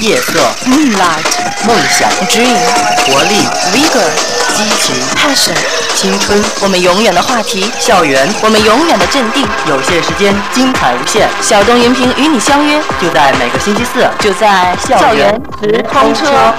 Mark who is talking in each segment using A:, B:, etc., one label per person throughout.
A: 夜色、
B: moonlight、
A: 梦想、
B: dream、
A: 活力、
B: vigor、
A: 激情、
B: passion、
A: 青春、
B: 我们永远的话题、
A: 校园、
B: 我们永远的阵地。
A: 有限时间，精彩无限。
B: 小东云平与你相约，
A: 就在每个星期四，
B: 就在
A: 校园
B: 直通车。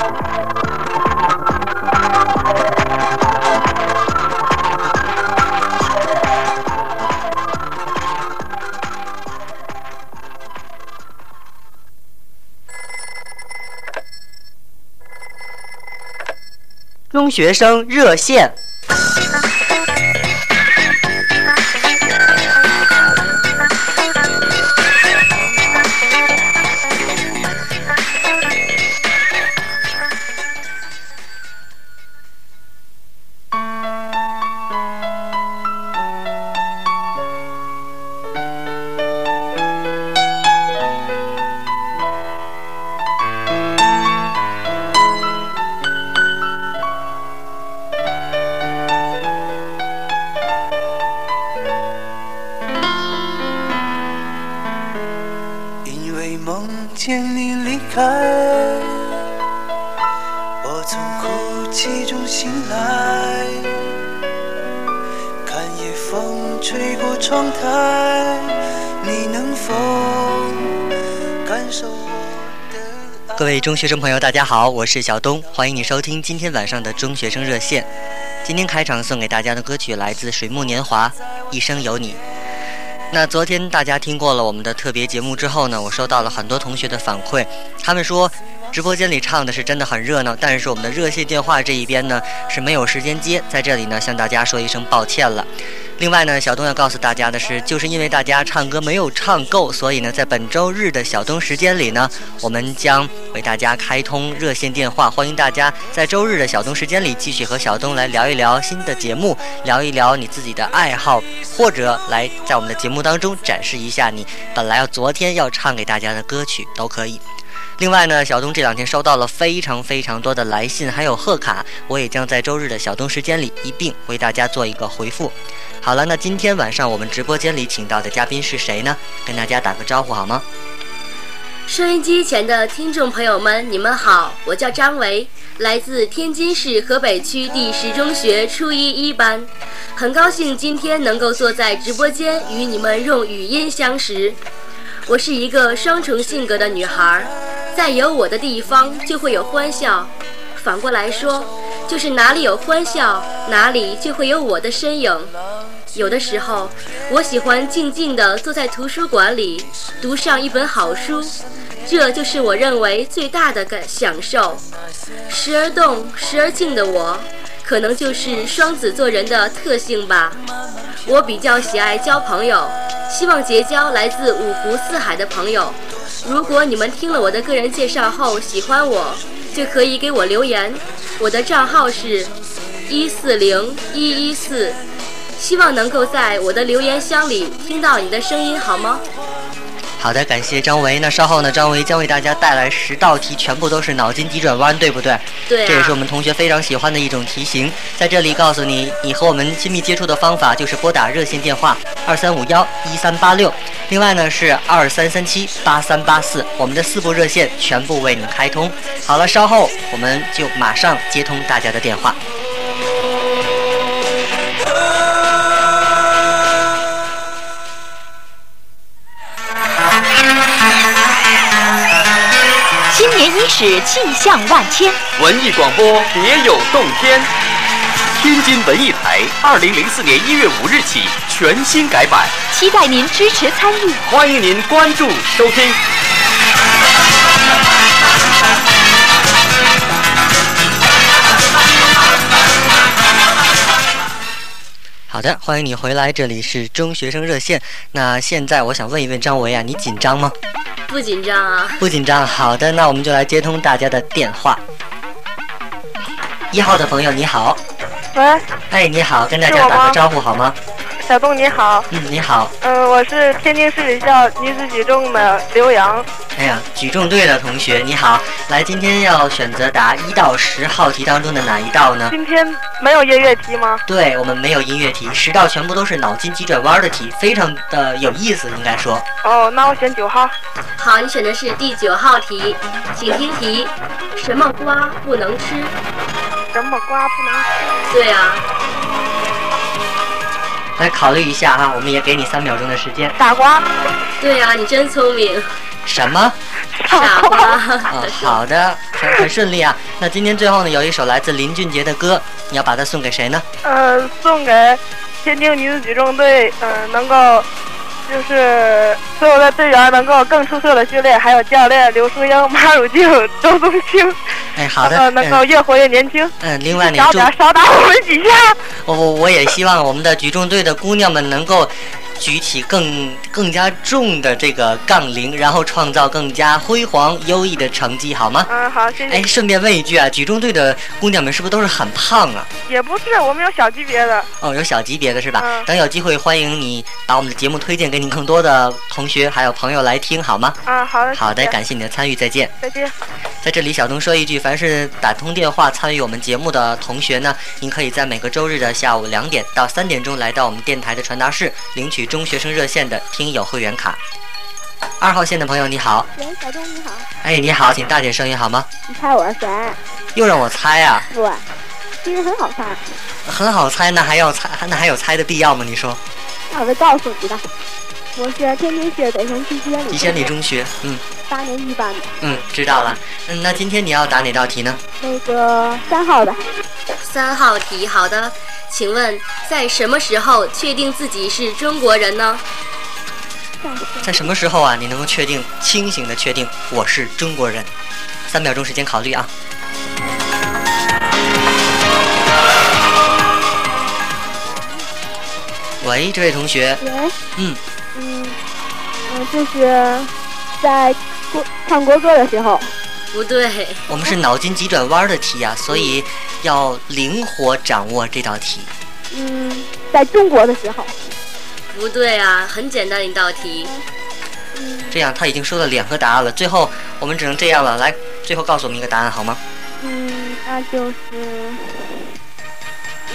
A: 中学生热线。各位中学生朋友，大家好，我是小东，欢迎你收听今天晚上的中学生热线。今天开场送给大家的歌曲来自水木年华，《一生有你》。那昨天大家听过了我们的特别节目之后呢，我收到了很多同学的反馈，他们说直播间里唱的是真的很热闹，但是我们的热线电话这一边呢是没有时间接，在这里呢向大家说一声抱歉了。另外呢，小东要告诉大家的是，就是因为大家唱歌没有唱够，所以呢，在本周日的小东时间里呢，我们将为大家开通热线电话，欢迎大家在周日的小东时间里继续和小东来聊一聊新的节目，聊一聊你自己的爱好，或者来在我们的节目当中展示一下你本来要昨天要唱给大家的歌曲都可以。另外呢，小东这两天收到了非常非常多的来信，还有贺卡，我也将在周日的小东时间里一并为大家做一个回复。好了，那今天晚上我们直播间里请到的嘉宾是谁呢？跟大家打个招呼好吗？
C: 收音机前的听众朋友们，你们好，我叫张维，来自天津市河北区第十中学初一一班，很高兴今天能够坐在直播间与你们用语音相识。我是一个双重性格的女孩，在有我的地方就会有欢笑，反过来说，就是哪里有欢笑，哪里就会有我的身影。有的时候，我喜欢静静地坐在图书馆里，读上一本好书，这就是我认为最大的感享受。时而动，时而静的我，可能就是双子座人的特性吧。我比较喜爱交朋友，希望结交来自五湖四海的朋友。如果你们听了我的个人介绍后喜欢我，就可以给我留言。我的账号是一四零一一四。希望能够在我的留言箱里听到你的声音，好吗？
A: 好的，感谢张维。那稍后呢，张维将为大家带来十道题，全部都是脑筋急转弯，对不对？
C: 对、啊。
A: 这也是我们同学非常喜欢的一种题型。在这里告诉你，你和我们亲密接触的方法就是拨打热线电话二三五幺一三八六，另外呢是二三三七八三八四，我们的四部热线全部为您开通。好了，稍后我们就马上接通大家的电话。
D: 新年伊始，气象万千。
E: 文艺广播别有洞天。天津文艺台，二零零四年一月五日起全新改版，
D: 期待您支持参与。
E: 欢迎您关注收听。
A: 好的，欢迎你回来，这里是中学生热线。那现在我想问一问张维啊，你紧张吗？
C: 不紧张啊，
A: 不紧张。好的，那我们就来接通大家的电话。一号的朋友你好，
F: 喂，
A: 哎，你好，跟大家打个招呼好吗？
F: 小东你好，
A: 嗯，你好，
F: 嗯、我是天津市体校女子举重的刘洋，
A: 哎呀，举重队的同学你好，来，今天要选择答一到十号题当中的哪一道呢？
F: 今天没有音乐题吗？
A: 对我们没有音乐题，十道全部都是脑筋急转弯的题，非常的有意思，应该说。
F: 哦，那我选九号。
C: 好，你选的是第九号题，请听题：什么瓜不能吃？
F: 什么瓜不能吃？
C: 对啊，
A: 来考虑一下哈、我们也给你三秒钟的时间。
F: 傻瓜。
C: 对啊，你真聪明，
A: 什么？
C: 傻瓜。
A: 啊，好的，很很顺利啊。那今天最后呢，有一首来自林俊杰的歌，你要把它送给谁呢？
F: 呃，送给天津女子举重队，呃，能够就是所有的队员能够更出色的训练，还有教练刘淑英、马汝静、周冬青，
A: 哎，好的，
F: 呃，能够
A: 嗯
F: 越活越年轻。
A: 嗯，另外呢，
F: 少
A: 祝
F: 点，少打我们几下。
A: 我我我也希望我们的举重队的姑娘们能够。举起更更加重的这个杠铃，然后创造更加辉煌优异的成绩，好吗？
F: 嗯，好，谢
A: 哎，
F: 谢。
A: 顺便问一句啊，举重队的姑娘们是不是都是很胖啊？
F: 也不是，我们有小级别的。
A: 哦，有小级别的是吧？
F: 嗯
A: 等有机会，欢迎你把我们的节目推荐给你更多的同学还有朋友来听，好吗？
F: 嗯，好的。
A: 好的，
F: 谢谢
A: 感谢你的参与，再见。
F: 再见。
A: 在这里，小东说一句，凡是打通电话参与我们节目的同学呢，您可以在每个周日的下午两点到三点钟来到我们电台的传达室，领取中学生热线的听友会员卡。二号线的朋友你好，
G: 喂，小东你好，
A: 哎你好，请大点声音好吗？
G: 你猜我是谁？
A: 又让我猜啊，
G: 对，其实很好猜，
A: 很好猜，那还要猜，那还有猜的必要吗？你说，
G: 那我就告诉你吧，我是天津市北城区吉安里
A: 吉仙里中学，嗯
G: 八年一班的，
A: 嗯，知道了。嗯，那今天你要答哪道题呢？
G: 那个三号的，
C: 三号题，好的，请问在什么时候确定自己是中国人呢？
G: 暂时
A: 在什么时候啊，你能够确定清醒的确定我是中国人？三秒钟时间考虑啊。喂，这位同学，
G: 喂，
A: 嗯
G: 嗯嗯，就是在国唱国歌的时候，
C: 不对，
A: 我们是脑筋急转弯的题啊，所以要灵活掌握这道题。
G: 嗯，在中国的时候，
C: 不对啊，很简单一道题。
G: 嗯
A: 这样他已经说了两个答案了，最后我们只能这样了。来，最后告诉我们一个答案好吗？
G: 嗯，那就是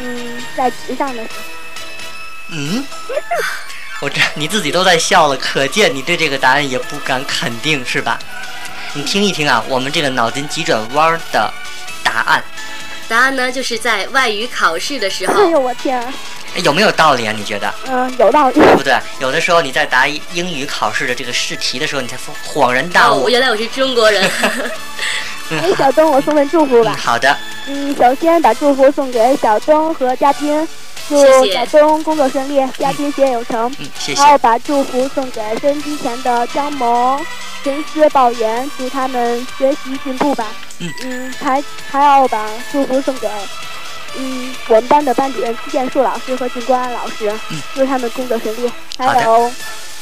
G: 嗯，在池上的时候，
A: 嗯，我这你自己都在笑了，可见你对这个答案也不敢肯定，是吧？你听一听啊，我们这个脑筋急转弯的答案、
C: 答案呢，就是在外语考试的时
G: 哎
C: 候。
G: 呦我天啊，
A: 哎有没有道理啊？你觉得
G: 嗯，有道理，
A: 对不对？有的时候你在答英语考试的这个试题的时候，你才恍然大
C: 哦
A: 悟。，
C: 原来我是中国人。
G: 哎，小东，我送份祝福
A: 嗯，
G: 吧。
A: 好的，
G: 嗯，首先把祝福送给小东和嘉宾，祝
C: 谢谢
G: 小东工作顺利，嘉宾学业有成。
A: 嗯，谢谢
C: 哦
G: 然。后把祝福送给收音机前的张萌、陈思、鲍岩，祝他们学习进步吧。
A: 嗯
G: 还还要把祝福送给嗯我们班的班主任屈建树老师和静光安老师，
A: 嗯
G: 祝他们工作顺利。
A: 好的
G: 还有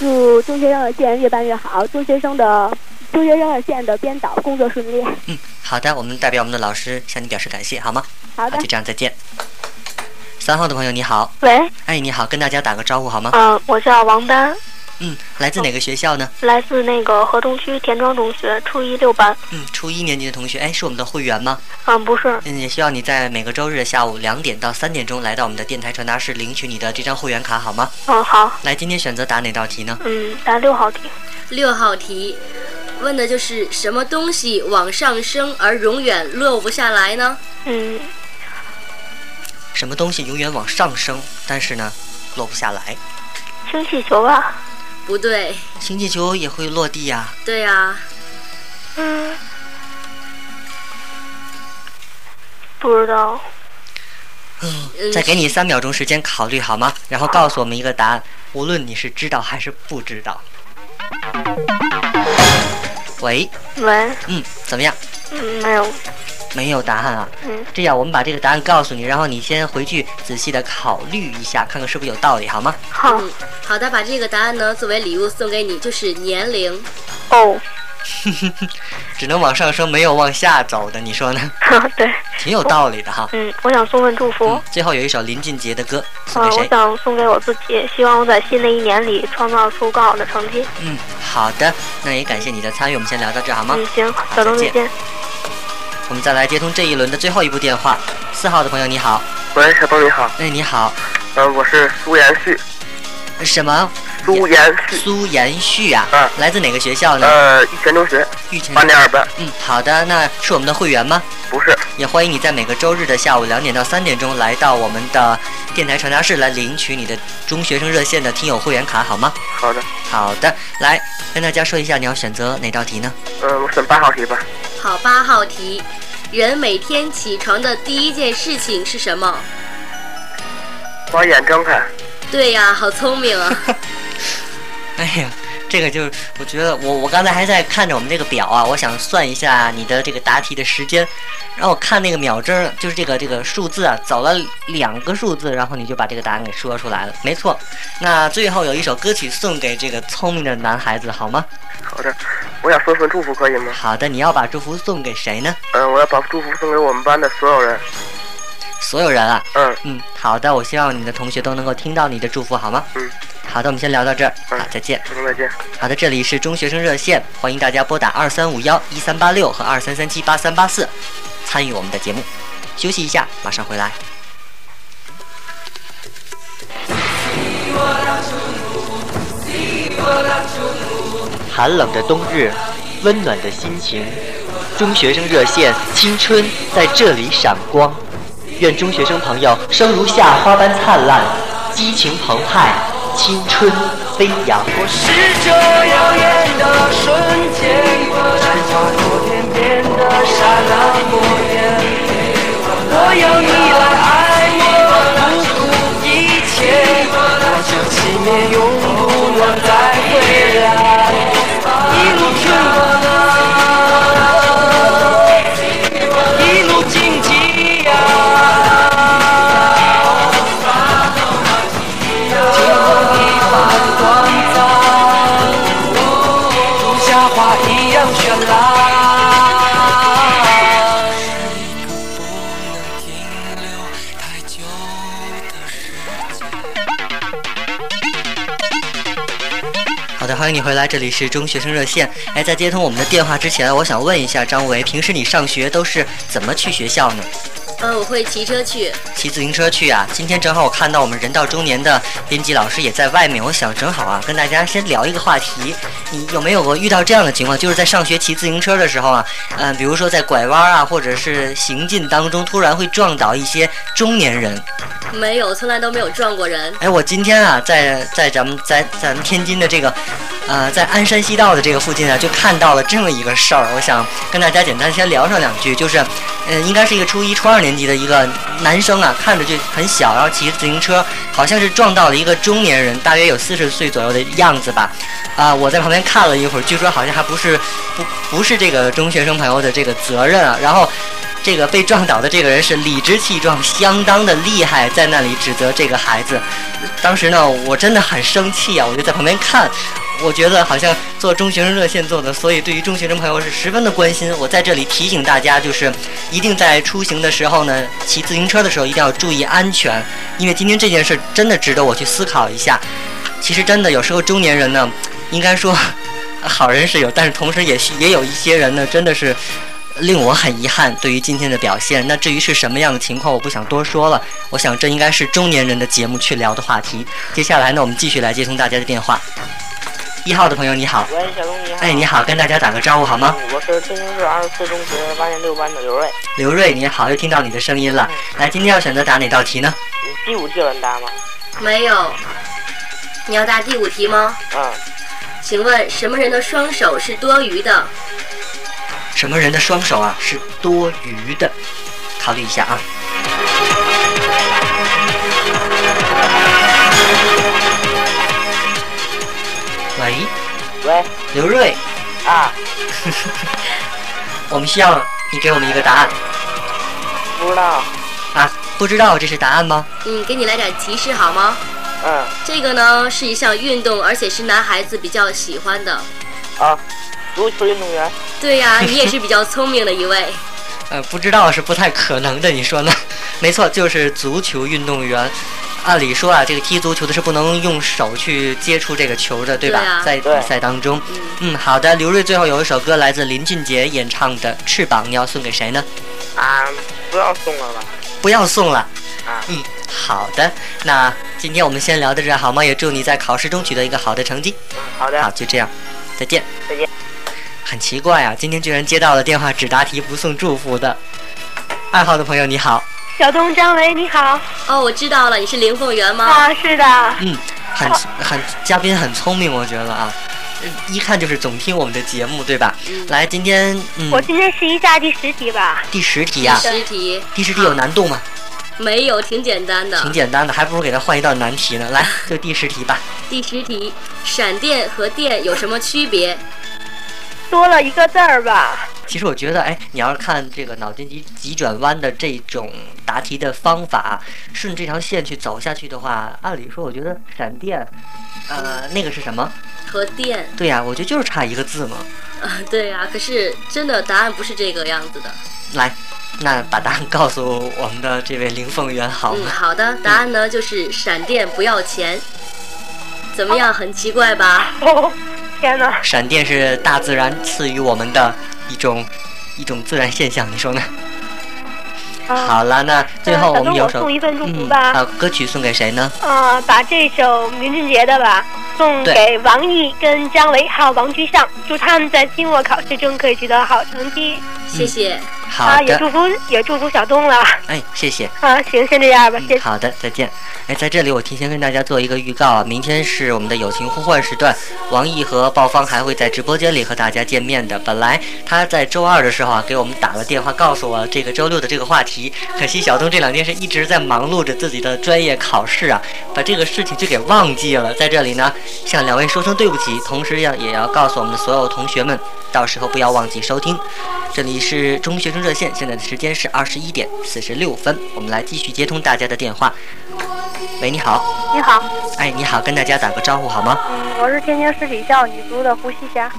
G: 祝中学生热线越办越好，中学生的中学生热线的编导工作顺利。
A: 嗯，好的，我们代表我们的老师向你表示感谢，好吗？
G: 好
A: 好，
G: 的
A: 就，这样，再见。三号的朋友你好，
F: 喂，
A: 哎，你好，跟大家打个招呼好吗？
F: 嗯、我叫王丹，
A: 嗯，来自哪个学校呢？
F: 来自那个河东区田庄中学初一六班。
A: 嗯，初一年级的同学，哎，是我们的会员吗？
F: 嗯，不是，
A: 嗯，也希望你在每个周日的下午两点到三点钟来到我们的电台传达室领取你的这张会员卡，好吗？
F: 嗯，好，
A: 来，今天选择答哪道题呢？
F: 嗯，答六号题。
C: 六号题，问的就是什么东西往上升而永远落不下来呢？
F: 嗯，
A: 什么东西永远往上升，但是呢，落不下来？
G: 嗯
F: 氢气球吧。
C: 不对，
A: 氢气球也会落地呀、
C: 对啊，
F: 嗯，不知道。
C: 嗯
A: 再给你三秒钟时间考虑好吗？然后告诉我们一个答案，无论你是知道还是不知道。喂，
F: 喂，
A: 嗯，怎么样？
F: 嗯，没有。
A: 没有答案啊。
F: 嗯，
A: 这样我们把这个答案告诉你，然后你先回去仔细的考虑一下，看看是不是有道理，好吗？
F: 好
C: 嗯好的，把这个答案呢作为礼物送给你，就是年龄。
F: 哦，
A: 只能往上升，没有往下走的，你说呢？
G: 哦对，
A: 挺有道理的哈。
G: 嗯，我想送份祝福。
A: 嗯，最后有一首林俊杰的歌送
G: 啊
A: 给，
G: 哦我
A: 谁？
G: 想送给我自己，希望我在新的一年里创造出更好的成绩。
A: 嗯，好的，那也感谢你的参与，我们先聊到这好吗？
G: 嗯，行
A: 好，
G: 小东
A: 再
G: 再
A: 见
G: 见。
A: 我们再来接通这一轮的最后一部电话。四号的朋友你好，
H: 喂，小东你好，
A: 哎你好，
H: 呃，我是苏延旭，
A: 什么
H: 苏延
G: 嗯
H: 旭，
A: 苏延旭啊？
H: 嗯
A: 来自哪个学校呢？
H: 呃，玉泉中学
A: 玉泉。
H: 八点二班，
A: 嗯，好的，那是我们的会员吗？
H: 不是，
A: 也欢迎你在每个周日的下午两点到三点钟来到我们的电台传达室来领取你的中学生热线的听友会员卡，好吗？
H: 好的，
A: 好的，来跟大家说一下你要选择哪道题呢？
H: 呃，我选八号题吧，
C: 好，八号题，人每天起床的第一件事情是什么？
H: 把眼睁开，
C: 对呀、好聪明 啊！
A: 哎呀，这个就是我觉得我我刚才还在看着我们这个表啊，我想算一下你的这个答题的时间，然后我看那个秒针儿，就是这个这个数字啊，走了两个数字，然后你就把这个答案给说出来了，没错。那最后有一首歌曲送给这个聪明的男孩子，好吗？
H: 好的，我想说份祝福可以吗？
A: 好的，你要把祝福送给谁呢？
H: 嗯，我要把祝福送给我们班的所有人，
A: 所有人啊，
H: 嗯，
A: 嗯，好的，我希望你的同学都能够听到你的祝福，好吗？
H: 嗯，
A: 好的，我们先聊到这儿，
H: 嗯
A: 好，再见。
H: 小东再见。
A: 好的，这里是中学生热线，欢迎大家拨打二三五幺一三八六和二三三七八三八四参与我们的节目。休息一下，马上回来。
I: 寒冷的冬日，温暖的心情。中学生热线，青春在这里闪光。愿中学生朋友生如夏花般灿烂，激情澎湃，青春飞扬。
A: 好的，欢迎你回来，这里是中学生热线。哎，在接通我们的电话之前，我想问一下张维，平时你上学都是怎么去学校呢？
C: 呃，我会骑车去。
A: 骑自行车去啊？今天正好我看到我们人到中年的编辑老师也在外面，我想正好啊，跟大家先聊一个话题。你有没有过遇到这样的情况，就是在上学骑自行车的时候啊，嗯、比如说在拐弯啊，或者是行进当中，突然会撞倒一些中年人。
C: 没有，从来都没有撞过人。
A: 哎，我今天啊，在在咱们在咱们天津的这个，呃，在鞍山西道的这个附近啊，就看到了这么一个事儿，我想跟大家简单先聊上两句，就是，呃，应该是一个初一、初二年级的一个男生啊，看着就很小，然后骑自行车，好像是撞到了一个中年人，大约有四十岁左右的样子吧，啊、我在旁边看了一会儿，据说好像还不是不不是这个中学生朋友的这个责任啊，然后。这个被撞倒的这个人是理直气壮，相当的厉害，在那里指责这个孩子。当时呢，我真的很生气啊，我就在旁边看。我觉得好像做中学生热线做的，所以对于中学生朋友是十分的关心。我在这里提醒大家，就是一定在出行的时候呢，骑自行车的时候一定要注意安全，因为今天这件事真的值得我去思考一下。其实真的有时候中年人呢，应该说好人是有，但是同时也是也有一些人呢，真的是令我很遗憾对于今天的表现。那至于是什么样的情况，我不想多说了。我想这应该是中年人的节目去聊的话题。接下来呢，我们继续来接通大家的电话。一号的朋友你好，
I: 喂，小东你好。
A: 哎你好，跟大家打个招呼好吗？
I: 嗯我是天津市二十四中学八年六班的刘瑞。
A: 刘瑞你好，又听到你的声音了。来，今天要选择答哪道题呢？
I: 你第五届问答吗？
C: 没有。你要答第五题吗？
I: 嗯，
C: 请问什么人的双手是多余的？
A: 什么人的双手啊是多余的？考虑一下啊。喂，
I: 喂，
A: 刘瑞，
I: 啊，
A: 我们需要你给我们一个答案
I: 不知道，
A: 啊！不知道这是答案吗？
C: 嗯，给你来点提示好吗？
I: 嗯，
C: 这个呢是一项运动，而且是男孩子比较喜欢的。
I: 啊，
F: 足球运动员。
C: 对呀、你也是比较聪明的一位。
A: 呃，不知道是不太可能的，你说呢？ 没错，就是足球运动员。按理说啊，这个踢足球的是不能用手去接触这个球的，对吧？
C: 对啊
A: 在
F: 对
A: 比赛当中，嗯，好的。刘瑞最后有一首歌来自林俊杰演唱的《翅膀》，你要送给谁呢？
F: 啊，不要送了吧。
A: 不要送了。
F: 啊
A: 嗯，好的。那今天我们先聊到这儿好吗？也祝你在考试中取得一个好的成绩。
F: 嗯，好的
A: 好，，就这样，再见。
F: 再见。
A: 很奇怪啊，今天居然接到了电话只答题不送祝福的。二号的朋友你好，
G: 小东张维你好
C: 哦，我知道了，你是林凤元吗？
G: 啊，是的，
A: 嗯，很很嘉宾很聪明，我觉得啊，呃一看就是总听我们的节目，对吧？来，今天
G: 我
A: 嗯
G: 今天是一下第十题吧，
A: 第十题啊，
C: 十题
A: 第十题有难度吗？
C: 没有，挺简单
A: 挺
C: 的。
A: 简单的，还不如给他换一道难题呢。来，就第十题吧。
C: 第十题，闪电和电有什么区别？
F: 多了一个字儿吧。
A: 其实我觉得，哎，你要是看这个脑筋急急转弯的这种答题的方法，顺这条线去走下去的话，按理说，我觉得闪电，呃，那个是什么？
C: 和电
A: 对呀、我觉得就是差一个字嘛。
C: 啊，对呀、可是真的答案不是这个样子的。
A: 来，那把答案告诉我们的这位林凤元好
C: 嗯，
A: 吗？
C: 好的，答案呢就是闪电不要钱。怎么样，很奇怪吧？
F: 哦，天哪！
A: 闪电是大自然赐予我们的一种一种自然现象，你说呢？好了，那最后
G: 啊
A: 我们
G: 嗯小东
A: 有
G: 我
A: 首
G: 送一份祝福
A: 嗯
G: 吧，
A: 啊歌曲送给谁呢？
G: 嗯，把这首林俊杰的吧送
A: 对
G: 给王毅跟张维还有王居上，祝他们在期末考试中可以取得好成绩
C: 谢谢。
A: 好
G: 啊，也
A: 的，
G: 祝福也祝福小东了
A: 哎，谢谢。
G: 啊，行，先这样吧，谢谢。
A: 好的，再见。哎，在这里我提前跟大家做一个预告啊，明天是我们的友情互换时段，王毅和鲍方还会在直播间里和大家见面的。本来他在周二的时候啊，给我们打了电话，告诉我这个周六的这个话题。可惜小东这两天是一直在忙碌着自己的专业考试啊，把这个事情就给忘记了。在这里呢，向两位说声对不起，同时要也要告诉我们的所有同学们，到时候不要忘记收听。这里是中学生热线，现在的时间是二十一点四十六分，我们来继续接通大家的电话。喂，你好，
G: 嗯
F: 你好，
A: 哎，你好，跟大家打个招呼好吗？
F: 嗯，我是天津市体校女足的胡西霞。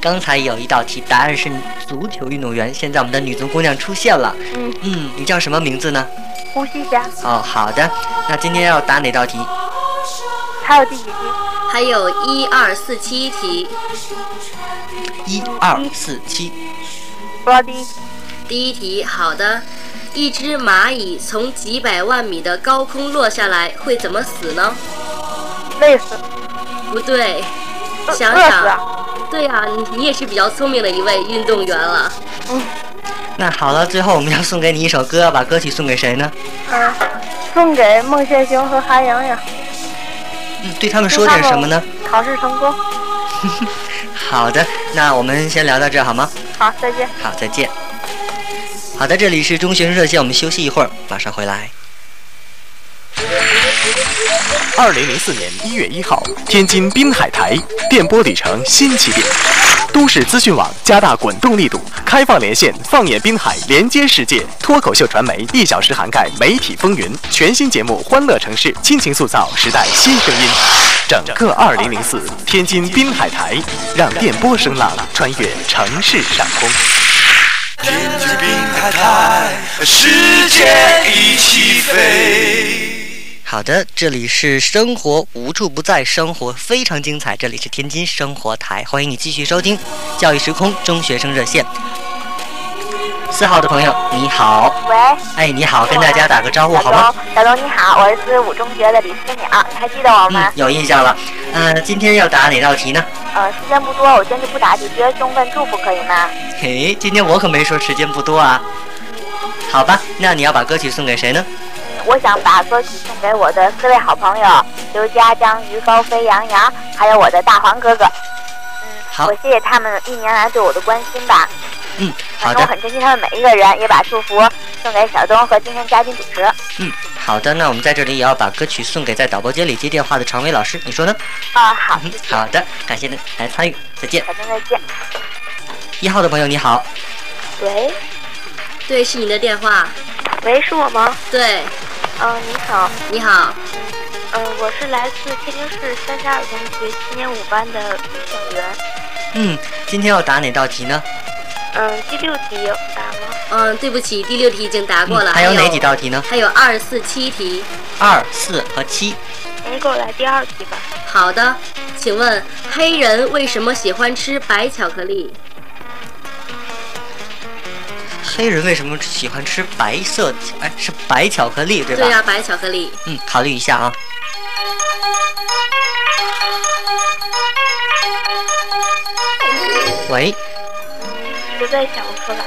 A: 刚才有一道题，答案是足球运动员，现在我们的女足姑娘出现了。
F: 嗯
A: 嗯，你叫什么名字呢？
F: 胡西霞，
A: 哦，好的，那今天要答哪道题？
F: 还有第几题？
C: 还有一二四七题，
A: 一二四七，
F: 不知道第一题。
C: 第一题，好的。一只蚂蚁从几百万米的高空落下来，会怎么死呢？
F: 累死，
C: 不对，
F: 饿
C: 想
F: 饿死
C: 想，
F: 啊！
C: 对呀、你你也是比较聪明的一位运动员了。
A: 那好了，最后我们要送给你一首歌，把歌曲送给谁呢？
F: 嗯，送给孟宪雄和韩阳阳，
A: 嗯，对他们说点什么呢？
F: 考试成功。
A: 好的，那我们先聊到这儿好吗？
F: 好，再见。
A: 好，再见。好的，这里是中学生热线，我们休息一会儿，马上回来。
E: 二零零四年一月一号，天津滨海台电波里程新起点，都市资讯网加大滚动力度，开放连线，放眼滨海，连接世界。脱口秀传媒一小时涵盖媒体风云，全新节目《欢乐城市》，亲情塑造时代新声音。整个二零零四，天津滨海台，让电波声浪穿越城市上空。
J: 天津滨海台，世界一起飞。
A: 好的，这里是生活无处不在，生活非常精彩。这里是天津生活台，欢迎你继续收听教育时空中学生热线。四号的朋友，你好，
F: 喂，
A: 哎，你好，跟大家打个招呼好吗？？
F: 小东你好，我是五中学的李思淼，你还记得我
A: 嗯，？有印象了。呃，今天要答哪道题呢？
F: 呃，时间不多，我今天就不答，就直接送份祝福可以吗？
A: 嘿，今天我可没说时间不多啊。好吧，那你要把歌曲送给谁呢？
F: 我想把歌曲送给我的四位好朋友刘佳、章鱼、高飞、杨洋，还有我的大黄哥哥。
A: 好
F: 我谢谢他们一年来对我的关心吧。
A: 嗯，好
F: 反正
A: 的，
F: 我很珍惜他们每一个人，也把祝福送给小东和今天嘉宾主持。
A: 嗯，好的。那我们在这里也要把歌曲送给在导播间里接电话的常伟老师，你说呢？
F: 啊，好，
A: 嗯
F: 谢谢，
A: 好的，感谢您来参与，再见。
F: 小东再见。
A: 一号的朋友你好，
G: 喂
C: 对，是你的电话。
G: 喂，是我吗？
C: 对，
G: 嗯、你好，
C: 你好，
G: 嗯、我是来自天津市三峡儿童学七年五班的吕小媛，
A: 嗯，今天要答哪道题呢？
C: 嗯，第六题有答吗？嗯，对不起，第六题已经答过了。
A: 嗯还有哪几道题呢？
C: 还有二四七题。
A: 二四和七。
C: 你给我来第二题吧。好的，请问黑人为什么喜欢吃白巧克力？
A: 黑人为什么喜欢吃白色？哎，是白巧克力对吧？
C: 呀、啊白巧克力。
A: 嗯，考虑一下啊。喂，
G: 实在想不出来。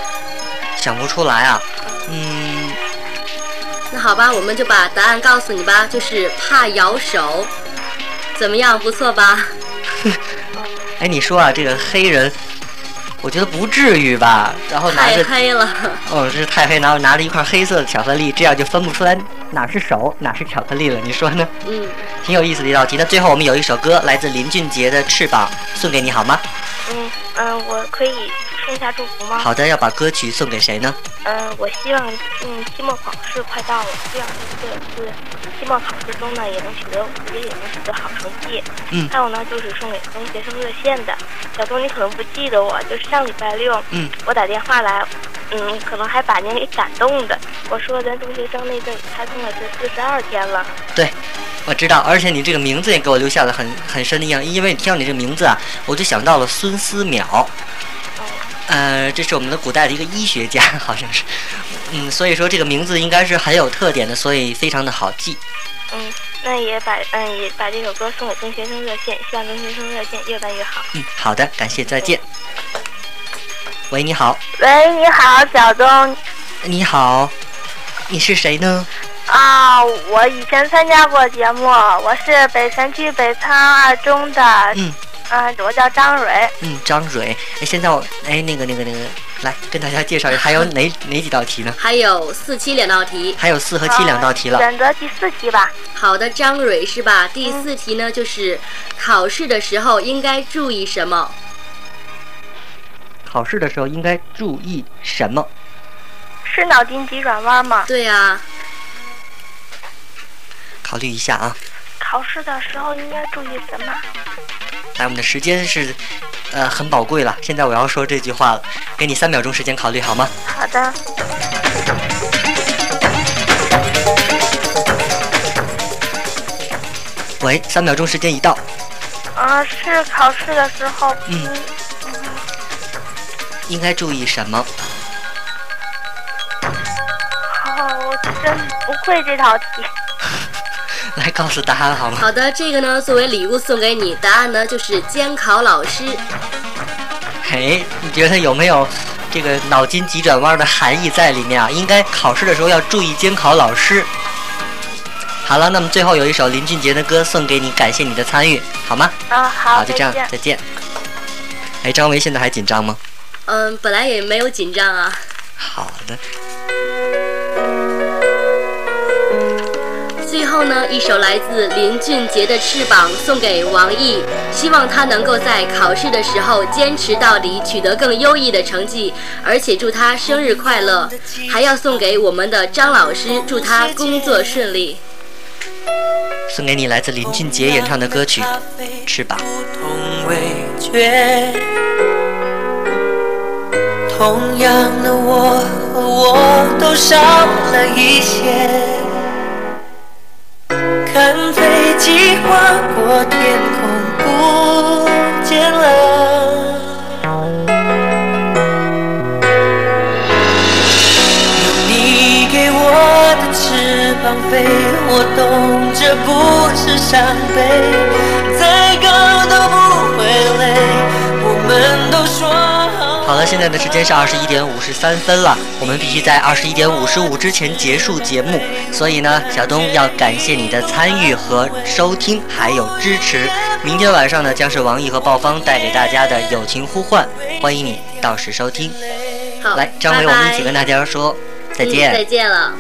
A: 想不出来啊。嗯，
C: 那好吧，我们就把答案告诉你吧，就是怕咬手。怎么样，不错吧？
A: 哎，你说啊，这个黑人，我觉得不至于吧？然后拿
C: 太
A: 着，
C: 黑了。
A: 哦，是太黑，然后拿着一块黑色的巧克力，这样就分不出来哪是手，哪是巧克力了。你说呢？
C: 嗯
A: 挺有意思的一道题。那最后我们有一首歌，来自林俊杰的《翅膀》，送给你好吗？
G: 嗯嗯、呃我可以送一下祝福吗？
A: 好。的，要把歌曲送给谁呢？
G: 嗯、我希望嗯期末考试快到了，希望这次期末考试中呢也能取得也也能取得好成绩。
A: 嗯
G: 还有呢，就是送给中学生热线的小东，你可能不记得我，就是上礼拜六，
A: 嗯，
G: 我打电话来，嗯，可能还把您给感动的。我说咱中学生那阵开通了这四十二天了，
A: 对，我知道，而且你这个名字也给我留下了很很深的印象，因为听到你这个名字啊，我就想到了孙思邈。呃，这是我们的古代的一个医学家，好像是，嗯，所以说这个名字应该是很有特点的，所以非常的好记。
G: 嗯，那也把嗯也把这首歌送给中学生热线，希望中学生热线越办越好。
A: 嗯，好的，感谢，再见。喂，你好，
K: 喂，你好，小东
A: 你好，你是谁呢？
K: 啊，我以前参加过节目，我是北城区北仓二中的，
A: 嗯，
K: 啊，我叫张蕊，
A: 嗯，张蕊。哎，现在我哎，那个那个那个，来跟大家介绍一下，还有哪哪几道题呢？
C: 还有四七两道题。
A: 还有四和
F: 啊
A: 七两道题了。
K: 啊择第四题吧。
C: 好的，张蕊是吧？第四题呢，就是考试的时候应该注意什么？
A: 考试的时候应该注意什么？
K: 是脑筋急转弯吗？
C: 对啊呀、
A: 考虑一下啊。
K: 考试的时候应该注意什么？
A: 哎来，我们的时间是，呃，很宝贵了。现在我要说这句话了，给你三秒钟时间考虑好吗？
K: 好的，
A: 喂，三秒钟时间一到，
K: 啊，是考试的时候，哦
A: 嗯应该注意什么？
K: 哦，我真不会这道题。
A: 来告诉答案好吗？
C: 好的，这个呢作为礼物送给你，答案呢就是监考老师。
A: 嘿，哎你觉得有没有这个脑筋急转弯的含义在里面啊？应该考试的时候要注意监考老师。好了，那么最后有一首林俊杰的歌送给你，感谢你的参与，好吗？
K: 啊，好，
A: 就这样，再见。哎，张维现在还紧张吗？
C: 嗯，本来也没有紧张啊。
A: 好的，
C: 最后呢，一首来自林俊杰的《翅膀》送给王毅，希望他能够在考试的时候坚持到底，取得更优异的成绩，而且祝他生日快乐，还要送给我们的张老师，祝他工作顺利。
A: 送给你来自林俊杰演唱的歌曲《翅膀》。
L: 觉。同样的我和我都少了一些。看飞机划过天空，不见了。有你给我的翅膀飞，我懂这不是伤悲，再高都不会累。我们都说好。
A: 好了，现在的时间是二十一点五十三分了，我们必须在二十一点五十五之前结束节目。所以呢，小东要感谢你的参与和收听，还有支持。明天晚上呢，将是王毅和鲍方带给大家的友情呼唤，欢迎你到时收听。
C: 好，
A: 来，张伟，
C: 拜
A: 我
C: 拜嗯
A: 们一起跟大家说再见。
C: 嗯再见了。